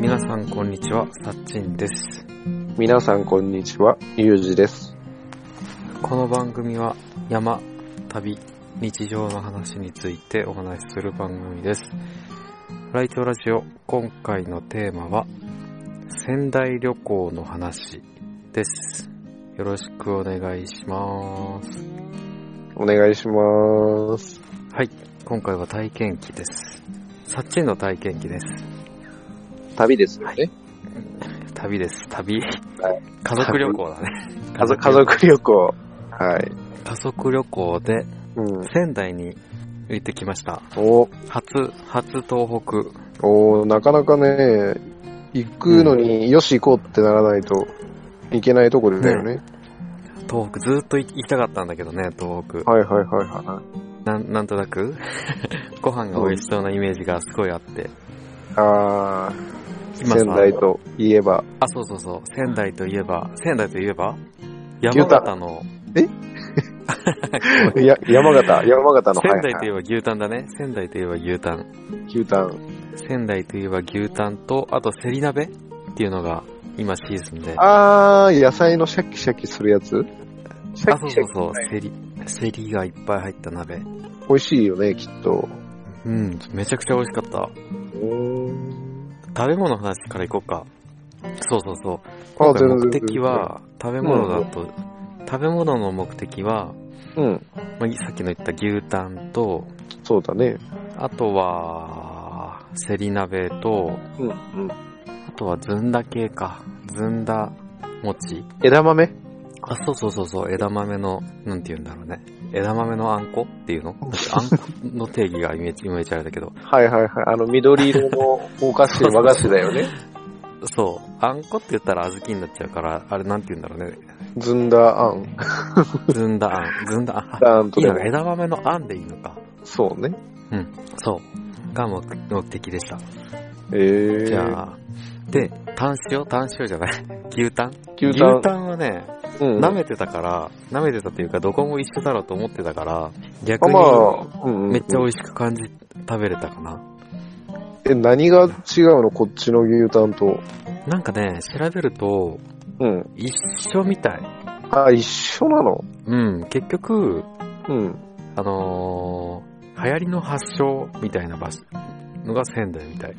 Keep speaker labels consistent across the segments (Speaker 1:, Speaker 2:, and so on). Speaker 1: 皆さんこんにちは、さっちんです。
Speaker 2: 皆さんこんにちは、ゆうじです。
Speaker 1: この番組は山、旅、日常の話についてお話しする番組です。ライトラジオ、今回のテーマは、仙台旅行の話です。よろしくお願いします。
Speaker 2: お願いします。
Speaker 1: 今回は体験記です。さっちんの体験記です。
Speaker 2: 旅ですよね。
Speaker 1: 旅です、旅。
Speaker 2: はい
Speaker 1: 家族旅行だね。
Speaker 2: 家族家族旅行。はい。
Speaker 1: 家族旅行で
Speaker 2: うん。
Speaker 1: 仙台に行ってきました。
Speaker 2: お
Speaker 1: 初、初東北。
Speaker 2: おなかなかね、行くのに、よし行こうってならないといけないところだよね。
Speaker 1: 東北ずーっと行きたかったんだけどね、東北。
Speaker 2: はいはいはいはい。
Speaker 1: なんなんとなく、 ご飯が美味しそうなイメージがすごいあって。
Speaker 2: あー、
Speaker 1: 今さ
Speaker 2: 仙台といえば、
Speaker 1: あ、そうそうそう。仙台といえば、仙台といえば
Speaker 2: 牛
Speaker 1: 山
Speaker 2: タン
Speaker 1: 形の、
Speaker 2: や山形、山形の、
Speaker 1: 仙台とい
Speaker 2: い
Speaker 1: えば牛タンだね。仙台といえば牛タン。
Speaker 2: はい、牛タン。
Speaker 1: 仙台といえば牛タンと、あとセリ鍋っていうのが今シーズンで。あ、
Speaker 2: あー、野菜のシャキシャキするやつシャ
Speaker 1: そ
Speaker 2: キ
Speaker 1: う
Speaker 2: シ
Speaker 1: そ
Speaker 2: ャ
Speaker 1: う
Speaker 2: キ。
Speaker 1: そう。セリ、セリがいっぱい入った鍋。
Speaker 2: 美味しいよね、きっと。
Speaker 1: うん、めちゃくちゃ美味しかった。食べ物の話からいこうか。そうそうそう。今回目的は、食べ物だと、食べ物の目的は、
Speaker 2: うん。
Speaker 1: まあ、さっきの言った牛タンと、
Speaker 2: そうだね。
Speaker 1: あとは、セリ鍋と、
Speaker 2: うん。うん。
Speaker 1: あとはずんだ系か。ずんだ餅。
Speaker 2: 枝豆
Speaker 1: あ、そうそうそうそう、枝豆の、なんて言うんだろうね。枝豆のあんこっていうのあんこの定義がイメージ、イメージあれだけど。
Speaker 2: はいはいはい。あの、緑色のお菓子、和菓子だよね。
Speaker 1: そう。あんこって言ったら小豆になっちゃうから、あれなんて言うんだろうね。
Speaker 2: ずんだあん。
Speaker 1: ずんだあん。ずんだあ ん。
Speaker 2: だあんと
Speaker 1: いい
Speaker 2: で
Speaker 1: の
Speaker 2: も
Speaker 1: か、枝豆のあんでいいのか。
Speaker 2: そうね。
Speaker 1: そう。が目目的でした。
Speaker 2: えー。
Speaker 1: じゃあ、で、炭塩炭塩じゃない。 牛タン
Speaker 2: 牛タン。
Speaker 1: はね、
Speaker 2: うん
Speaker 1: 舐めてたから、舐めてたというか、どこも一緒だろうと思ってたから、逆
Speaker 2: あ、
Speaker 1: に
Speaker 2: ま、あ、うんうん
Speaker 1: めっちゃ美味しく感じ、食べれたかな。
Speaker 2: え、何が違うのこっちの牛タンと。
Speaker 1: なんかね、調べると、
Speaker 2: うん。
Speaker 1: 一緒みたい。
Speaker 2: あ、一緒なの
Speaker 1: うん、結局、
Speaker 2: うん。
Speaker 1: あのー、流行りの発祥みたいな場所のが仙台みたい。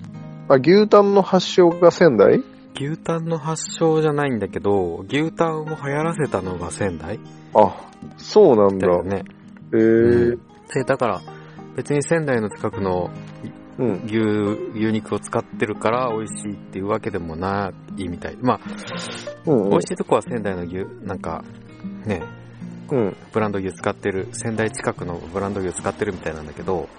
Speaker 2: あ、牛タンの発祥が仙台
Speaker 1: 牛タンの発祥じゃないんだけど、牛タンを流行らせたのが仙台
Speaker 2: あ、そうなんだ
Speaker 1: だ。よね。
Speaker 2: え
Speaker 1: う
Speaker 2: ー。
Speaker 1: で、だから、別に仙台の近くの
Speaker 2: うん。
Speaker 1: 牛、牛肉を使ってるから美味しいっていうわけでもないみたい。まあ、
Speaker 2: うん。
Speaker 1: 美味しいとこは仙台の牛、なんか、ね、
Speaker 2: うん。
Speaker 1: ブランド牛使ってる、仙台近くのブランド牛使ってるみたいなんだけど、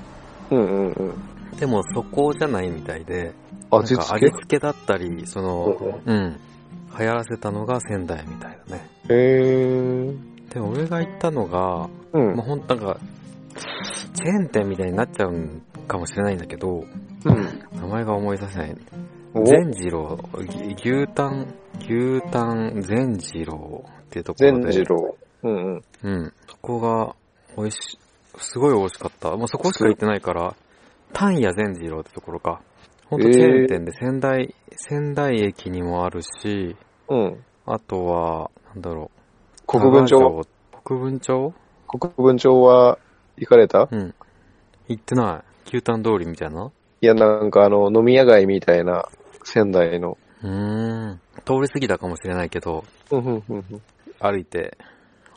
Speaker 2: うんうんうん。
Speaker 1: でもそこじゃないみたいで、なん
Speaker 2: 味
Speaker 1: か
Speaker 2: 付
Speaker 1: 味
Speaker 2: け
Speaker 1: 付けだったり、その、うん、流行らせたのが仙台みたいだね。
Speaker 2: えー。
Speaker 1: で、俺が行ったのが、
Speaker 2: う。
Speaker 1: もうんほんとなんか、チェーン店みたいになっちゃうんかもしれないんだけど、
Speaker 2: うん。
Speaker 1: 名前が思い出せない。
Speaker 2: お
Speaker 1: 善次郎、ぎ牛タン、牛タン善次郎っていうところ
Speaker 2: 善
Speaker 1: で。
Speaker 2: 次郎。うんうん。
Speaker 1: うん。そこが、美味し、すごい美味しかった。もうそこしか行ってないから、丹野善次郎ってところか。ほんとチェーン店で仙台、仙台駅にもあるし、
Speaker 2: うん。
Speaker 1: あとは、なんだろう。
Speaker 2: 国分町
Speaker 1: 多賀城。国分町
Speaker 2: 国分町は行かれた
Speaker 1: うん。行ってない。牛タン通りみたいない
Speaker 2: や、なんかあの、飲み屋街みたいな、仙台の。
Speaker 1: うーん。通り過ぎたかもしれないけど、
Speaker 2: うんうんうんうん
Speaker 1: 歩いて、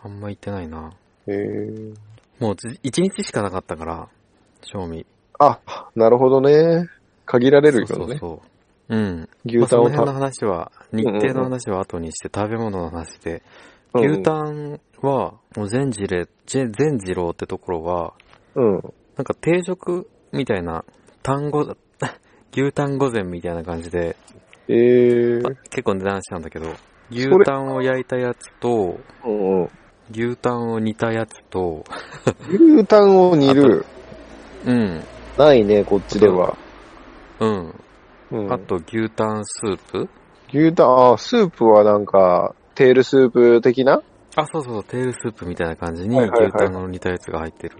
Speaker 1: あんま行ってないな。
Speaker 2: へえ。
Speaker 1: もうじ一日しかなかったから、賞味。
Speaker 2: あ、なるほどね。限られるよね。
Speaker 1: そうそうそう。うん。まあ、
Speaker 2: 牛
Speaker 1: そ
Speaker 2: タン
Speaker 1: の
Speaker 2: を
Speaker 1: 辺の
Speaker 2: た、
Speaker 1: 話は、
Speaker 2: ん
Speaker 1: 日程の話は後にして、食べ物の話で。
Speaker 2: うん
Speaker 1: 牛タンは、もう全次郎、全全次郎ってところは、
Speaker 2: うん。
Speaker 1: なんか定食みたいな、単語、 牛タン御膳みたいな感じで、
Speaker 2: えー。
Speaker 1: 結構値段したんだけど、牛
Speaker 2: れ
Speaker 1: タンを焼いたやつと、
Speaker 2: うんうん
Speaker 1: 牛タンを煮たやつと、
Speaker 2: 牛タンを煮る。
Speaker 1: うん、
Speaker 2: ないね、こっちでは。
Speaker 1: うん。
Speaker 2: うん、
Speaker 1: あと牛タンスープ
Speaker 2: 牛タン、あ、スープはなんか、テールスープ的な
Speaker 1: あ、そうそうそう、テールスープみたいな感じに
Speaker 2: はいはいはい
Speaker 1: 牛タンの煮たやつが入ってる。
Speaker 2: あ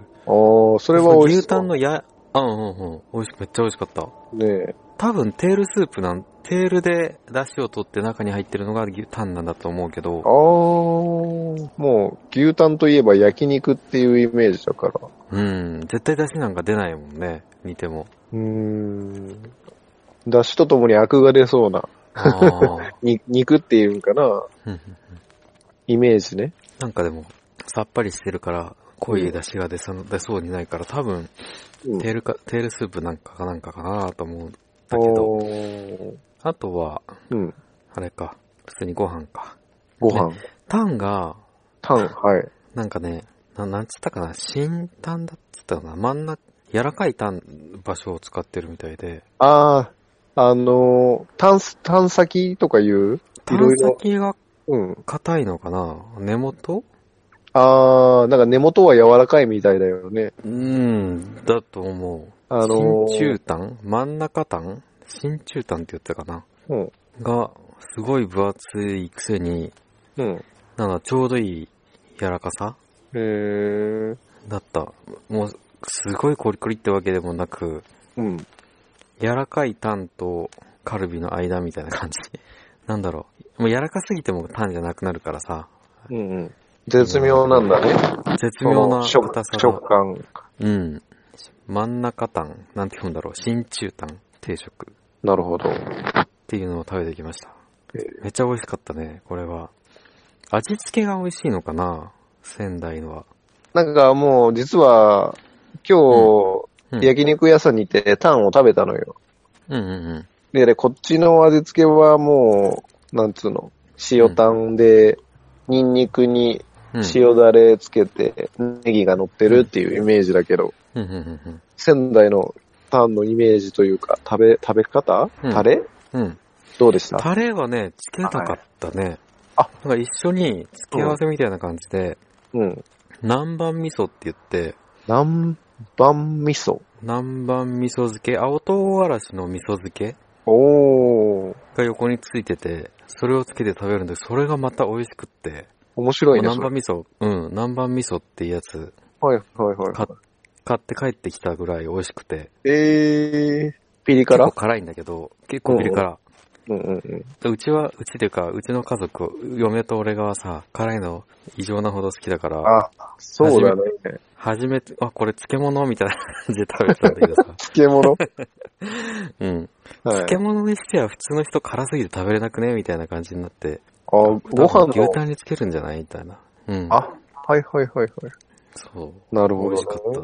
Speaker 2: あ、それは
Speaker 1: そう
Speaker 2: 美味し
Speaker 1: 牛
Speaker 2: そ
Speaker 1: タ
Speaker 2: う
Speaker 1: ンのや、あうんうんうん。美味しく、めっちゃ美味しかった。
Speaker 2: ね
Speaker 1: 多分テールスープなん、テールで出汁を取って中に入ってるのが牛タンなんだと思うけど
Speaker 2: ああ、、もう牛タンといえば焼肉っていうイメージだから。
Speaker 1: うん、絶対出汁なんか出ないもんね、煮て も。
Speaker 2: うーん。だしとともにアクが出そうな、
Speaker 1: あー
Speaker 2: に肉っていうんかな、
Speaker 1: うんうん
Speaker 2: イメージね。
Speaker 1: なんかでも、さっぱりしてるから、濃い出汁が出そう出そうにないから、多分、
Speaker 2: うん
Speaker 1: テールか、テールスープなんかかなんかかなと思うんだけど、
Speaker 2: おー
Speaker 1: あとは、
Speaker 2: うん。
Speaker 1: あれか、普通にご飯か。
Speaker 2: ご飯。
Speaker 1: タンが、
Speaker 2: タン、はい。
Speaker 1: なんかね、ななんつったかな、新タンだっつったかな、真ん中、柔らかいタン場所を使ってるみたいで、
Speaker 2: ああ、あのー、タンス、タン先とか言うい
Speaker 1: タ
Speaker 2: ろい
Speaker 1: ン
Speaker 2: ろ。
Speaker 1: 先が
Speaker 2: うん。
Speaker 1: 硬いのかな根元
Speaker 2: ああ、なんか根元は柔らかいみたいだよね。
Speaker 1: うん、だと思う。
Speaker 2: あのー、
Speaker 1: 真鍮炭真ん中炭真鍮炭って言ったかな
Speaker 2: うん。
Speaker 1: が、すごい分厚いくせに、
Speaker 2: うん。
Speaker 1: なんかちょうどいい柔らかさ
Speaker 2: えー、
Speaker 1: だった。もう、すごいコリコリってわけでもなく、
Speaker 2: うん。
Speaker 1: 柔らかいタンとカルビの間みたいな感じ。 なんだろう。もう柔らかすぎてもタンじゃなくなるからさ、
Speaker 2: うんうん。絶妙なんだね。
Speaker 1: 絶妙な
Speaker 2: その
Speaker 1: 硬さ
Speaker 2: 食
Speaker 1: が
Speaker 2: 食。感。
Speaker 1: うん。真ん中タン、なんて読むんだろう。真鍮タン定食っ
Speaker 2: なるほど。
Speaker 1: ていうのを食べてきました
Speaker 2: え。
Speaker 1: めっちゃ美味しかったね、これは。味付けが美味しいのかな仙台のは。
Speaker 2: なんかもう、実は、今日、
Speaker 1: うん、
Speaker 2: 焼肉屋さんに行ってタンを食べたのよ。
Speaker 1: うんうんうん。
Speaker 2: で、こっちの味付けはもう、なんつうの、塩タンで、ニンニクに
Speaker 1: うん
Speaker 2: 塩だれつけて、ネギが乗ってるっていうイメージだけど、
Speaker 1: うんうんうん
Speaker 2: 仙台のタンのイメージというか、食べ、食べ方、
Speaker 1: うん
Speaker 2: タレ
Speaker 1: うん。うん。
Speaker 2: どうでした
Speaker 1: タレはね、つけなかったね。
Speaker 2: あ
Speaker 1: なんか一緒に付け合わせみたいな感じで、
Speaker 2: うん。
Speaker 1: 南蛮味噌って言って、
Speaker 2: 南蛮味噌。
Speaker 1: 南蛮味噌漬け、青唐辛子の味噌漬け
Speaker 2: おー、
Speaker 1: が横についてて、それをつけて食べるんで、それがまた美味しくって。
Speaker 2: 面白いね。
Speaker 1: 南
Speaker 2: そ
Speaker 1: 蛮味
Speaker 2: れ
Speaker 1: 噌、うん、南蛮味噌っていうやつ、
Speaker 2: はいはいはい
Speaker 1: 買
Speaker 2: はい。
Speaker 1: 買って帰ってきたぐらい美味しくて。
Speaker 2: えー、ピリ
Speaker 1: 結
Speaker 2: 辛
Speaker 1: 構辛いんだけど、結構ピリ辛。
Speaker 2: うんうんうん。
Speaker 1: でうちは、うちでか、うちの家族、嫁と俺がさ、辛いの異常なほど好きだから、
Speaker 2: あ、そうだね。
Speaker 1: 初めて、あ、これ漬物みたいな感じで食べてたんだけど さ。
Speaker 2: 漬物
Speaker 1: うん。
Speaker 2: はい。
Speaker 1: 漬物にしては普通の人辛すぎて食べれなくねみたいな感じになって。
Speaker 2: あ、ご飯
Speaker 1: 牛
Speaker 2: の。
Speaker 1: タンにつけるんじゃないみたいな。うん。
Speaker 2: あ、はいはいはいはい。
Speaker 1: そう。
Speaker 2: なるほど、ね。
Speaker 1: 美味しかっ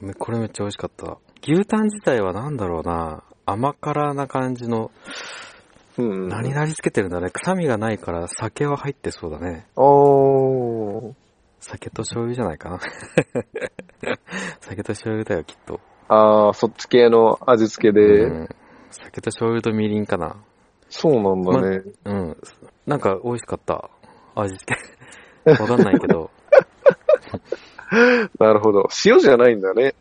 Speaker 1: た。めこれめっちゃ美味しかった。牛タン自体はなんだろうな。甘辛な感じの、
Speaker 2: うん。
Speaker 1: 何々つけてるんだね。臭みがないから酒は入ってそうだね。
Speaker 2: おー。
Speaker 1: 酒と醤油じゃないか な。酒と醤油だよ、きっと。
Speaker 2: あー、そっち系の味付けで。
Speaker 1: うん、酒と醤油とみりんかな。
Speaker 2: そうなんだね。
Speaker 1: うん。なんか美味しかった。味付け。 わかんないけど。
Speaker 2: なるほど。塩じゃないんだね。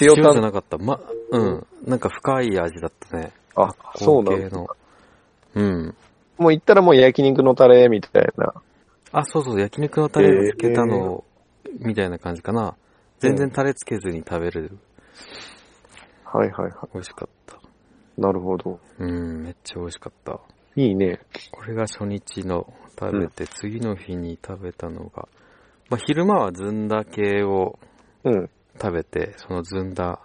Speaker 2: 塩
Speaker 1: 塩じゃ
Speaker 2: タン。
Speaker 1: なかった。ま、うん。なんか深い味だったね。
Speaker 2: あ、そうなん
Speaker 1: 後継
Speaker 2: だ
Speaker 1: の。うん。
Speaker 2: もう言ったらもう焼肉のタレみたいな。
Speaker 1: あ、そうそう、焼肉のタレにつけたのを、みたいな感じかな。全然タレつけずに食べれる。
Speaker 2: はいはいは
Speaker 1: 美味しかった。
Speaker 2: い。なるほど。
Speaker 1: うん、めっちゃ美味しかった。
Speaker 2: いいね。
Speaker 1: これが初日の食べて、次の日に食べたのが、まあ、昼間はずんだ系を
Speaker 2: うん。
Speaker 1: 食べて、そのずんだ、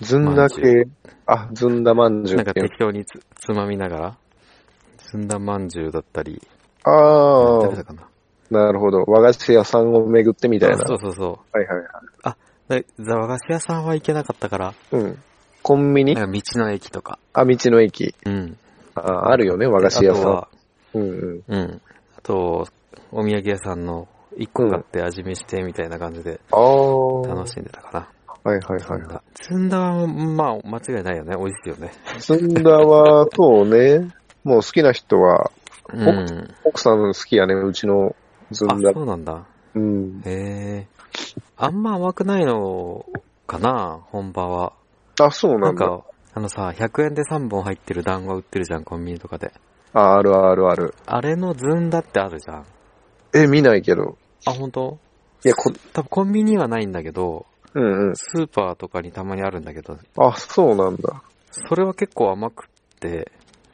Speaker 2: ずんだ系。あ、ずんだまんじゅう
Speaker 1: なん
Speaker 2: っ
Speaker 1: か
Speaker 2: ていう
Speaker 1: 適。当につつまみながら、ずんだまんじゅうだったり、
Speaker 2: あ
Speaker 1: 食べた
Speaker 2: ー、
Speaker 1: かな。
Speaker 2: なるほど。和菓子屋さんを巡ってみたいな。
Speaker 1: あそうそうそ
Speaker 2: はいはいは
Speaker 1: う。
Speaker 2: い。
Speaker 1: でざ和菓子屋さんは行けなかったから、
Speaker 2: うん。コンビニ
Speaker 1: なんか道の駅とか。
Speaker 2: あ、道の駅。
Speaker 1: うん。
Speaker 2: ああるよね、和菓子屋
Speaker 1: あ
Speaker 2: さ
Speaker 1: と
Speaker 2: ん
Speaker 1: は。
Speaker 2: うんうん。
Speaker 1: うん。あと、お土産屋さんの1個買って味見してみたいな感じで
Speaker 2: ああ。
Speaker 1: 楽しんでたかな。
Speaker 2: はいはいはい
Speaker 1: ずん
Speaker 2: は
Speaker 1: だずんだは、まあ、間違いないよね。美味しいよね。
Speaker 2: い。ずんだは、そうね。 もう好きな人は、
Speaker 1: うん。
Speaker 2: 奥さん好きやね、うちのず
Speaker 1: あ、
Speaker 2: んだ。
Speaker 1: そうなんだ。
Speaker 2: うん。
Speaker 1: へえ。あんま甘くないのかな本場は。
Speaker 2: あ、そう
Speaker 1: な
Speaker 2: なん
Speaker 1: ん
Speaker 2: だ。
Speaker 1: か、あのさ、100円で3本入ってる団子売ってるじゃん、コンビニとかで。
Speaker 2: あ、あるあるある。
Speaker 1: あれのずんだってあるじゃん。
Speaker 2: え、見ないけど。
Speaker 1: あ、本当？
Speaker 2: いや、こ、
Speaker 1: 多分コンビニはないんだけど、
Speaker 2: うんうん。
Speaker 1: スーパーとかにたまにあるんだけど、
Speaker 2: あ、そうなんだ。
Speaker 1: それは結構甘くって、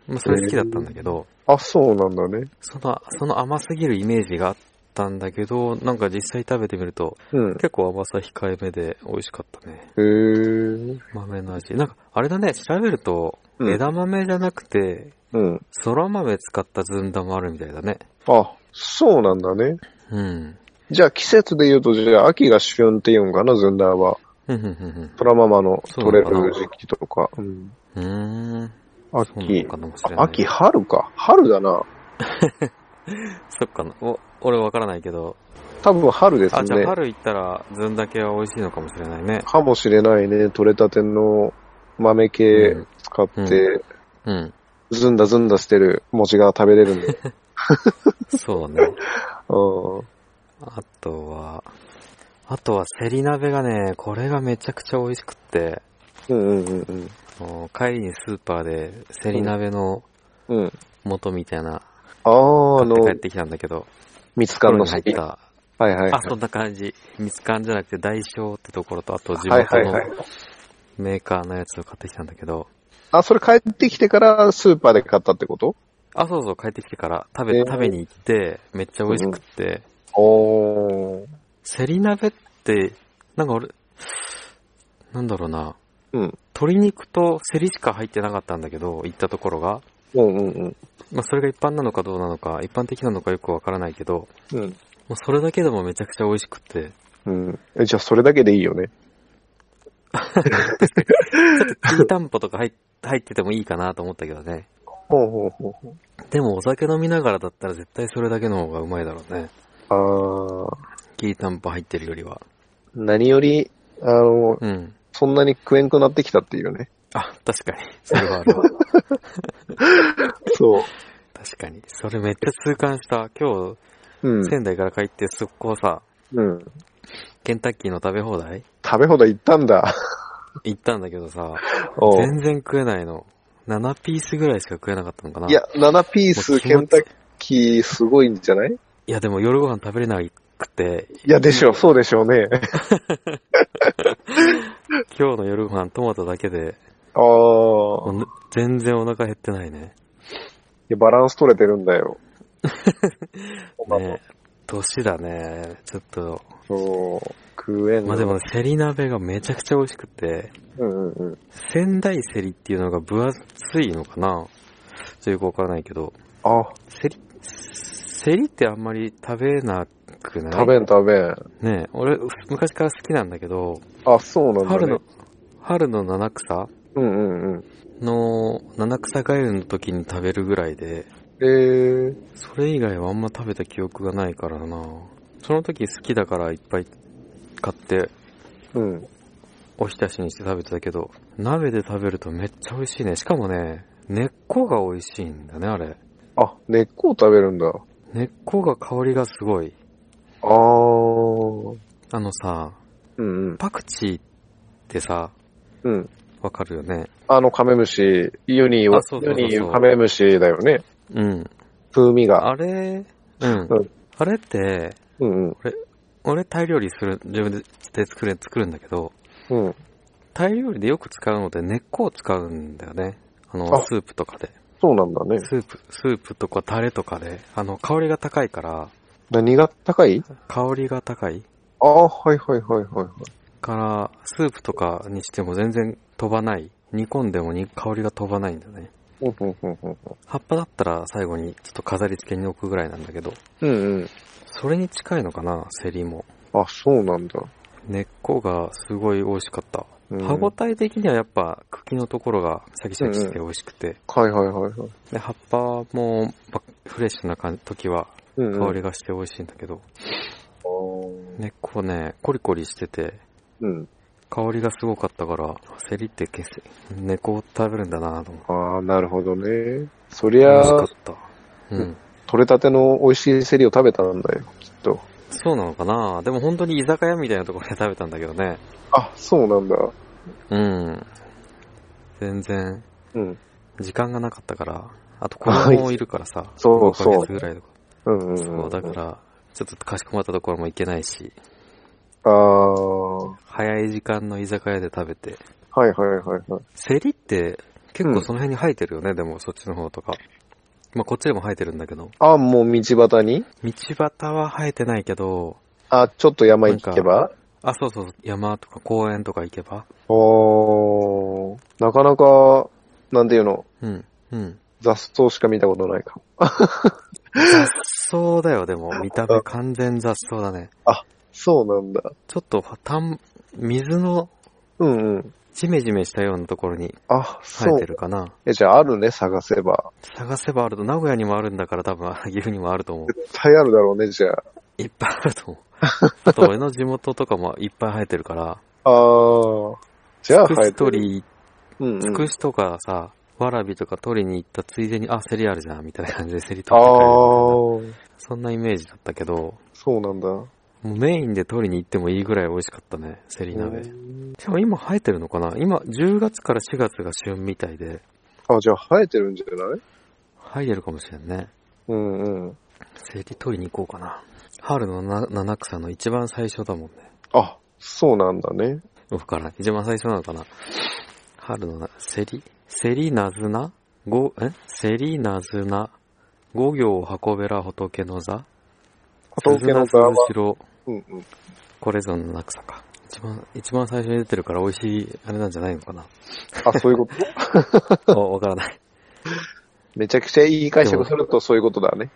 Speaker 1: まあそれ好きだったんだけど、
Speaker 2: あ、そうなんだね。
Speaker 1: その、その甘すぎるイメージがあったんだけど、なんか実際食べてみると、
Speaker 2: うん。
Speaker 1: 結構甘さ控えめで美味しかったね。
Speaker 2: へー。
Speaker 1: 豆の味。なんか、あれだね、調べると、
Speaker 2: うん
Speaker 1: 枝豆じゃなくて、
Speaker 2: うん。
Speaker 1: そら豆使ったずんだもあるみたいだね。
Speaker 2: あ、そうなんだね。
Speaker 1: うん。
Speaker 2: じゃあ季節で言うと、じゃあ秋が旬って言うんかな、ズンダーは。
Speaker 1: ふんふんふんふん
Speaker 2: プラママの
Speaker 1: そう
Speaker 2: 取
Speaker 1: な
Speaker 2: れ
Speaker 1: のかな
Speaker 2: る時期とか。うん。
Speaker 1: うーん。そうな
Speaker 2: 秋
Speaker 1: の。かもしれない。
Speaker 2: あ秋、春か。春だな。
Speaker 1: そっかな。お、俺わからないけど。
Speaker 2: 多分春です
Speaker 1: あ、じゃあ
Speaker 2: ね。
Speaker 1: 春行ったら、ずんだけは美味しいのかもしれないね。
Speaker 2: かもしれないね。取れたての豆系
Speaker 1: うん
Speaker 2: 使って、
Speaker 1: ううん。
Speaker 2: ずんだずんだしてる餅が食べれるん で。
Speaker 1: そうだね。
Speaker 2: うん。
Speaker 1: あとは、あとはセリ鍋がね、これがめちゃくちゃ美味しくって、
Speaker 2: うんうんうん
Speaker 1: あの帰りにスーパーでセリ鍋の
Speaker 2: うん。うん。
Speaker 1: 元みたいな、
Speaker 2: ああ、あ
Speaker 1: 買
Speaker 2: の
Speaker 1: って、帰ってきたんだけど、
Speaker 2: 三つ缶
Speaker 1: 袋
Speaker 2: の
Speaker 1: に入っ
Speaker 2: 先。はい
Speaker 1: た。
Speaker 2: はいはい。
Speaker 1: あ、そんな感じ。蜜缶じゃなくて大小ってところと、あと地
Speaker 2: はい
Speaker 1: 元
Speaker 2: はい
Speaker 1: の
Speaker 2: はい。
Speaker 1: メーカーのやつを買ってきたんだけど、
Speaker 2: あ、それ帰ってきてからスーパーで買ったってこと
Speaker 1: あ、そうそう、帰ってきてから食べ、
Speaker 2: えー
Speaker 1: 食べに行って、めっちゃ美味しくって、
Speaker 2: おー。
Speaker 1: セリ鍋って、なんか俺、なんだろうな、
Speaker 2: うん。
Speaker 1: 鶏肉とセリしか入ってなかったんだけど、行ったところが、
Speaker 2: うんうんうん。
Speaker 1: まあそれが一般なのかどうなのか、一般的なのかよくわからないけど、
Speaker 2: うん。
Speaker 1: もうそれだけでもめちゃくちゃ美味しく って、
Speaker 2: うん。えじゃあ、それだけでいいよね。
Speaker 1: きりたんぽとか入っ入っててもいいかなと思ったけどね。
Speaker 2: ほうほうほうほ
Speaker 1: でもお酒飲みながらだったら絶対それだけの方がうまいだろうね。
Speaker 2: う。あー。
Speaker 1: きりたんぽ入ってるよりは。
Speaker 2: 何より、あの、
Speaker 1: うん。
Speaker 2: そんなに食えんくなってきたっていうね。
Speaker 1: あ、確かに。それはある わ。
Speaker 2: そ
Speaker 1: 確かに。それめっちゃ痛感した。今
Speaker 2: う。う
Speaker 1: 日、
Speaker 2: ん。
Speaker 1: 仙台から帰って、そこさ、
Speaker 2: うん。
Speaker 1: ケンタッキーの食べ放題
Speaker 2: 食べ放題行った んだ。
Speaker 1: 行ったんだけどさ、
Speaker 2: おう
Speaker 1: 全然食えないの。7ピースぐらいしか食えなかったのかない
Speaker 2: いや、7ピー
Speaker 1: も
Speaker 2: ス
Speaker 1: う気持ち
Speaker 2: ケンタッキーすごいんじゃないい
Speaker 1: や、でも夜ご飯食べれなくて、
Speaker 2: や、でしょう、そうでしょうね。
Speaker 1: 今日の夜ご飯トマトだけで、
Speaker 2: あー
Speaker 1: もう全然お腹減ってないね。
Speaker 2: いやバランス取れてるん だよ。
Speaker 1: ね年だね。ちょっと。
Speaker 2: そう。食えんの
Speaker 1: まあでも、セリ鍋がめちゃくちゃ美味しくて、
Speaker 2: うんうんうん。
Speaker 1: 仙台セリっていうのが分厚いのかなちょっとよくわからないけど、
Speaker 2: あ、
Speaker 1: セリ、セリってあんまり食べなくない
Speaker 2: 食べん食べん。
Speaker 1: ねえ俺、昔から好きなんだけど、
Speaker 2: あ、そうなんだ、ね。
Speaker 1: 春の、春の七草
Speaker 2: うんうんうん。
Speaker 1: の、七草がゆの時に食べるぐらいで、
Speaker 2: えー、
Speaker 1: それ以外はあんま食べた記憶がないからなその時好きだからいっぱい買って、
Speaker 2: うん。
Speaker 1: おひたしにして食べてたけど、鍋で食べるとめっちゃ美味しいね。しかもね、根っこが美味しいんだね、あれ。
Speaker 2: あ、根っこを食べるんだ。
Speaker 1: 根っこが香りがすごい。
Speaker 2: あー。
Speaker 1: あのさ、
Speaker 2: うんうん。
Speaker 1: パクチーってさ、
Speaker 2: うん。
Speaker 1: わかるよね。
Speaker 2: あのカメムシ、世に言う
Speaker 1: あそうそうそ
Speaker 2: 世
Speaker 1: うそう
Speaker 2: に言うカメムシだよね。
Speaker 1: うん。
Speaker 2: 風味が。
Speaker 1: あれ、うん
Speaker 2: うん。
Speaker 1: あれって、
Speaker 2: うんうん。
Speaker 1: 俺タイ料理する、自分で作る、作るんだけど、
Speaker 2: うん。
Speaker 1: タイ料理でよく使うので根っこを使うんだよね。あの、
Speaker 2: あ
Speaker 1: スープとかで。
Speaker 2: そうなんだね。
Speaker 1: スープ、スープとかタレとかで、あの、香りが高いから、
Speaker 2: 何が高い
Speaker 1: 香りが高い
Speaker 2: ああ、はいはいはいはいはい。
Speaker 1: から、スープとかにしても全然飛ばない。煮込んでもに香りが飛ばないんだよね。
Speaker 2: うんうんうんうん
Speaker 1: 葉っぱだったら最後にちょっと飾り付けに置くぐらいなんだけど、
Speaker 2: うんうん。
Speaker 1: それに近いのかな、セリも。
Speaker 2: あ、そうなんだ。
Speaker 1: 根っこがすごい美味しかった。
Speaker 2: うん
Speaker 1: 歯ごたえ的にはやっぱ茎のところがシャキシャキして美味しくて、
Speaker 2: はいはいはいはい。
Speaker 1: で葉っぱもまフレッシュな感じ時は
Speaker 2: うん、うん。
Speaker 1: 香りがして美味しいんだけど、
Speaker 2: あー
Speaker 1: 根っこね、コリコリしてて、
Speaker 2: うん。
Speaker 1: 香りがすごかったから、セリってけせ根っこを食べるんだなと思って。
Speaker 2: ああ、なるほどね。そり
Speaker 1: 美
Speaker 2: ゃ
Speaker 1: 味しか
Speaker 2: あ
Speaker 1: っ、た。うん。
Speaker 2: 取れたての美味しいセリを食べたんだよ、きっと。
Speaker 1: そうなのかなでも本当に居酒屋みたいなところで食べたんだけどね。
Speaker 2: あ、そうなんだ。
Speaker 1: うん。全然、
Speaker 2: うん。
Speaker 1: 時間がなかったから。あと子
Speaker 2: はい
Speaker 1: 供もいるからさ。
Speaker 2: そう
Speaker 1: 5ヶ月ぐらいとか。
Speaker 2: うんうん、うん。
Speaker 1: そう、だか。ら、ちょっとかしこまったところも行けないし、
Speaker 2: あー。は
Speaker 1: 早い時間の居酒屋で食べて。
Speaker 2: いはいはいはい。
Speaker 1: セリって結構その辺に生えてるよね、でもそっちの方とか。まあ、こっちでも生えてるんだけど。
Speaker 2: あ、もう道端に
Speaker 1: 道端は生えてないけど、
Speaker 2: あ、ちょっと山行けば
Speaker 1: あ、そうそう、山とか公園とか行けば。
Speaker 2: おー。なかなか、なんていうの、
Speaker 1: うん。うん。
Speaker 2: 雑草しか見たことないかも。
Speaker 1: 雑草だよ、でも。見た目完全雑草だね。
Speaker 2: そうなんだ。
Speaker 1: ちょっと、たん、水の
Speaker 2: うんうん。
Speaker 1: ジメジメしたようなところに
Speaker 2: あ、
Speaker 1: 生
Speaker 2: そ
Speaker 1: え
Speaker 2: う
Speaker 1: て。るかな。
Speaker 2: え、じゃああるね、探せば。
Speaker 1: 探せばあると、名古屋にもあるんだから多分、岐阜にもあると思う。
Speaker 2: 絶対あるだろうね、じゃあ。
Speaker 1: いっぱいあると思う。あと、俺の地元とかもいっぱい生えてるから、
Speaker 2: あー。じゃあ
Speaker 1: つく
Speaker 2: 生
Speaker 1: して
Speaker 2: える。
Speaker 1: 取り
Speaker 2: うんう
Speaker 1: つ
Speaker 2: ん。
Speaker 1: くしとかさ、わらびとか取りに行ったついでに、あ、セリあるじゃん、みたいな感じでセリ
Speaker 2: あ
Speaker 1: 取って帰るみたいな。
Speaker 2: ー。
Speaker 1: そんなイメージだったけど、
Speaker 2: そうなんだ。
Speaker 1: もうメインで取りに行ってもいいぐらい美味しかったね、セリ鍋。
Speaker 2: うん
Speaker 1: しかも今生えてるのかな今、10月から4月が旬みたいで、
Speaker 2: あ、じゃあ生えてるんじゃない
Speaker 1: 生えてるかもしれんね。
Speaker 2: うんうん。
Speaker 1: セリ取りに行こうかな。春のな七草の一番最初だもんね。
Speaker 2: あ、そうなんだね。
Speaker 1: わからない。一番最初なのかな春のな、セリセリナズナご、えセリナズナ五行を運べら仏の座
Speaker 2: 仏の座は
Speaker 1: 鈴名鈴代
Speaker 2: うんうん。
Speaker 1: これぞの落差か。一番、一番最初に出てるから美味しい、あれなんじゃないのか な
Speaker 2: あ、そういうこと
Speaker 1: あわからない。
Speaker 2: めちゃくちゃ言い解釈するとそういうことだね。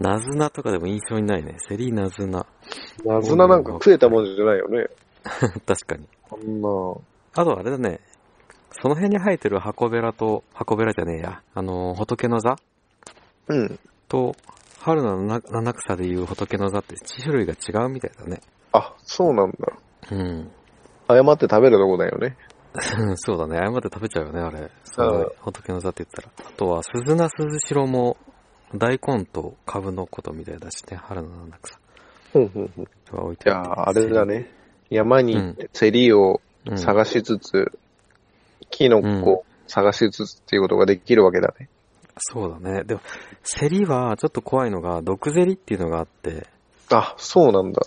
Speaker 1: ナズナとかでも印象にないね。セリナズナ。
Speaker 2: なずななんか食えたもんじゃないよね。
Speaker 1: 確かに。
Speaker 2: あんな。
Speaker 1: あとあれだね。その辺に生えてる箱べらと、箱べらじゃねえや。あの、仏の座
Speaker 2: うん。
Speaker 1: と、春のな七草でいう仏の座って種類が違うみたいだね。
Speaker 2: あ、そうなんだ。
Speaker 1: うん。
Speaker 2: 誤って食べるとこだよね。
Speaker 1: そうだね。誤って食べちゃうよね、あれ。そう仏の座って言ったら。あとは、鈴名鈴代も、大根と株のことみたいだしね、春の七草
Speaker 2: ふんふんふん。い
Speaker 1: は置いて
Speaker 2: や
Speaker 1: あって
Speaker 2: ーあれだ。ね。山に行ってセリを
Speaker 1: うん、
Speaker 2: 探しつつ、キノコを探しつつっていうことができるわけだね。
Speaker 1: そうだね。でも、セリはちょっと怖いのが、毒ゼリっていうのがあって、
Speaker 2: あ、そうなんだ。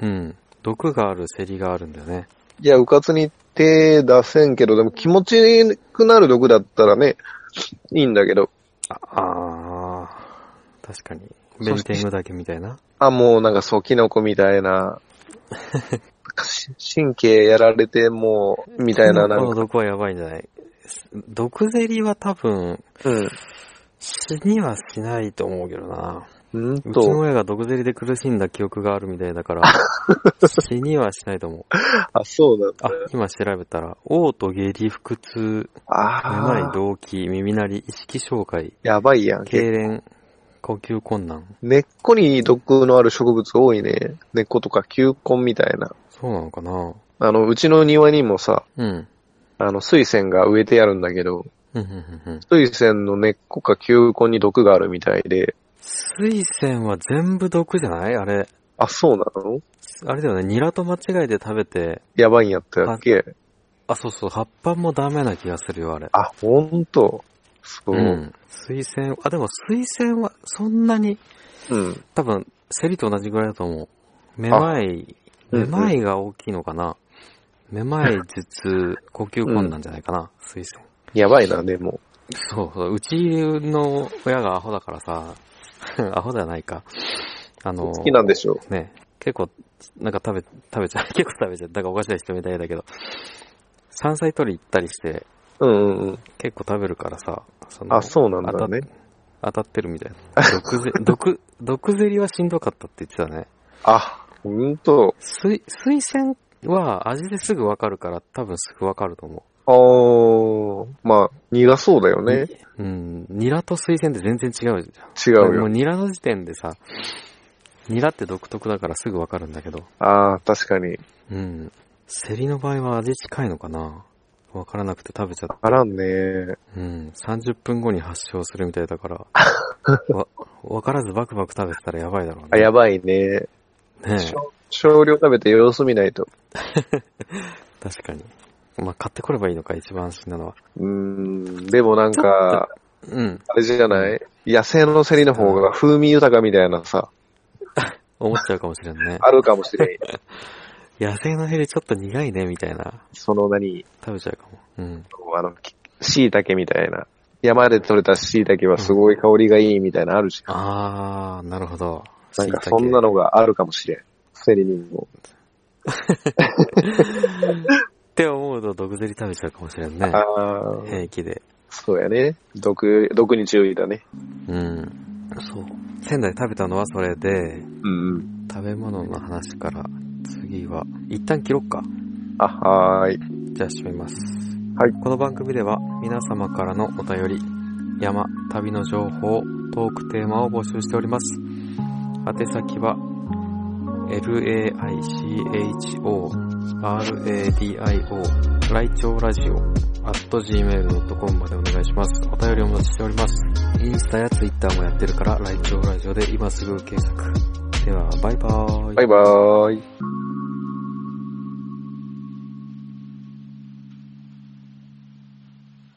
Speaker 1: うん。毒があるセリがあるんだよね。
Speaker 2: いや、うかつに手出せんけど、でも気持ちくなる毒だったらね、いいんだけど。
Speaker 1: ああー、確かに。ベンテングだけみたいな。
Speaker 2: あ、もうなんかそう、キノコみたいな。し神経やられてもう、みたいな、な
Speaker 1: この
Speaker 2: んか。
Speaker 1: 毒はやばいんじゃない毒ゼリは多分、
Speaker 2: うん。
Speaker 1: 死にはしないと思うけどな。
Speaker 2: うん
Speaker 1: うちの
Speaker 2: と、
Speaker 1: 親が毒ゼリで苦しんだ記憶があるみたいだ から、死にはしないと思う。
Speaker 2: あ、そうなんだ
Speaker 1: あ。、今調べたら、嘔吐、下痢、腹痛、め
Speaker 2: あ
Speaker 1: ま
Speaker 2: あ
Speaker 1: い、動悸、耳鳴り、意識障害、
Speaker 2: やばいやん。
Speaker 1: 痙攣、呼吸困難。
Speaker 2: 根っこに毒のある植物多いね。根っことか球根みたいな。
Speaker 1: そうなのかな
Speaker 2: あの、うちの庭にもさ、
Speaker 1: うん。
Speaker 2: あの、水仙が植えてあるんだけど、
Speaker 1: うん、うん、うん。
Speaker 2: 水仙の根っこか球根に毒があるみたいで、
Speaker 1: 水仙は全部毒じゃないあれ。
Speaker 2: あ、そうなの
Speaker 1: あれだよね、ニラと間違えて食べて、
Speaker 2: やばいんやったっけ
Speaker 1: あ、そうそう、葉っぱもダメな気がするよ、あれ。
Speaker 2: あ、ほんと。そう。
Speaker 1: う
Speaker 2: うん。
Speaker 1: ん。水仙、あ、でも水仙はそんなに、多分、セリと同じぐらいだと思う。めまい、
Speaker 2: うん
Speaker 1: めまいが大きいのかな。めまい、頭痛、呼吸困難じゃないか な、水仙。
Speaker 2: やばいな、でも。
Speaker 1: そうそう、うちの親がアホだからさ、 アホではないか。あの、
Speaker 2: 好きなんでしょ
Speaker 1: ね、結構、なんか食べ、食べちゃう、 結構食べちゃう。なんかおかしな人みたいだけど、山菜取り行ったりして、
Speaker 2: うんうんうん。
Speaker 1: 結構食べるからさ、その
Speaker 2: あ、そうなんだね。
Speaker 1: 当たってるみたいな。毒ゼ、毒、毒ゼリはしんどかったって言ってたね。
Speaker 2: あ、ほんと。
Speaker 1: 水、水仙は味ですぐわかるから多分すぐわかると思
Speaker 2: あー、まあ、苦そうだよ
Speaker 1: う。
Speaker 2: ね。
Speaker 1: にうん。ニラと水仙って全然違うじゃ。
Speaker 2: 違うん
Speaker 1: もう
Speaker 2: よ。
Speaker 1: ニラの時点でさ、ニラって独特だからすぐわかるんだけど。
Speaker 2: あー、確かに。
Speaker 1: うん。セリの場合は味近いのかなわからなくて食べちゃっ
Speaker 2: あらんね。
Speaker 1: た。うん。30分後に発症するみたいだ から。わ、わからずバクバク食べてたらやばいだろうね。
Speaker 2: あ、やばいね。
Speaker 1: ねえ
Speaker 2: 少少量食べて様子見ないと。
Speaker 1: 確かに。まあ、買ってこればいいのか、一番安心なのは。
Speaker 2: うーん、でもなんか、
Speaker 1: うん。
Speaker 2: あれじゃない野生のセリの方が風味豊かみたいなさ、
Speaker 1: 思っちゃうかもしれんね。
Speaker 2: あるかもしれん。
Speaker 1: 野生のヘリちょっと苦いね、みたいな。
Speaker 2: その何、
Speaker 1: 食べちゃうかも。うん。
Speaker 2: あの、き椎茸みたいな。山で採れた椎茸はすごい香りがいいみたいなあるじゃん。
Speaker 1: あー、なるほど。
Speaker 2: なんかそんな
Speaker 1: の。
Speaker 2: のがあるかもしれん。セリにも。
Speaker 1: って思うと毒ゼリ食べちゃうかもしれんね
Speaker 2: あ。あ、
Speaker 1: 平気で。
Speaker 2: そうやね。毒、毒に注意だね。
Speaker 1: うん。そう。仙台で食べたのはそれで、
Speaker 2: うんうん。
Speaker 1: 食べ物の話から、次は、一旦切ろっか。
Speaker 2: あ、はーい。
Speaker 1: じゃあ締めます。
Speaker 2: はい。
Speaker 1: この番組では皆様からのお便り、山、旅の情報、トークテーマを募集しております。宛先は、laicho, radio, 来庁ラジオ、at gmail.com までお願いします。お便りお待ちしております。インスタやツイッターもやってるから、来庁ラジオで今すぐ検索。では、バイバーイ。
Speaker 2: バイバーイ。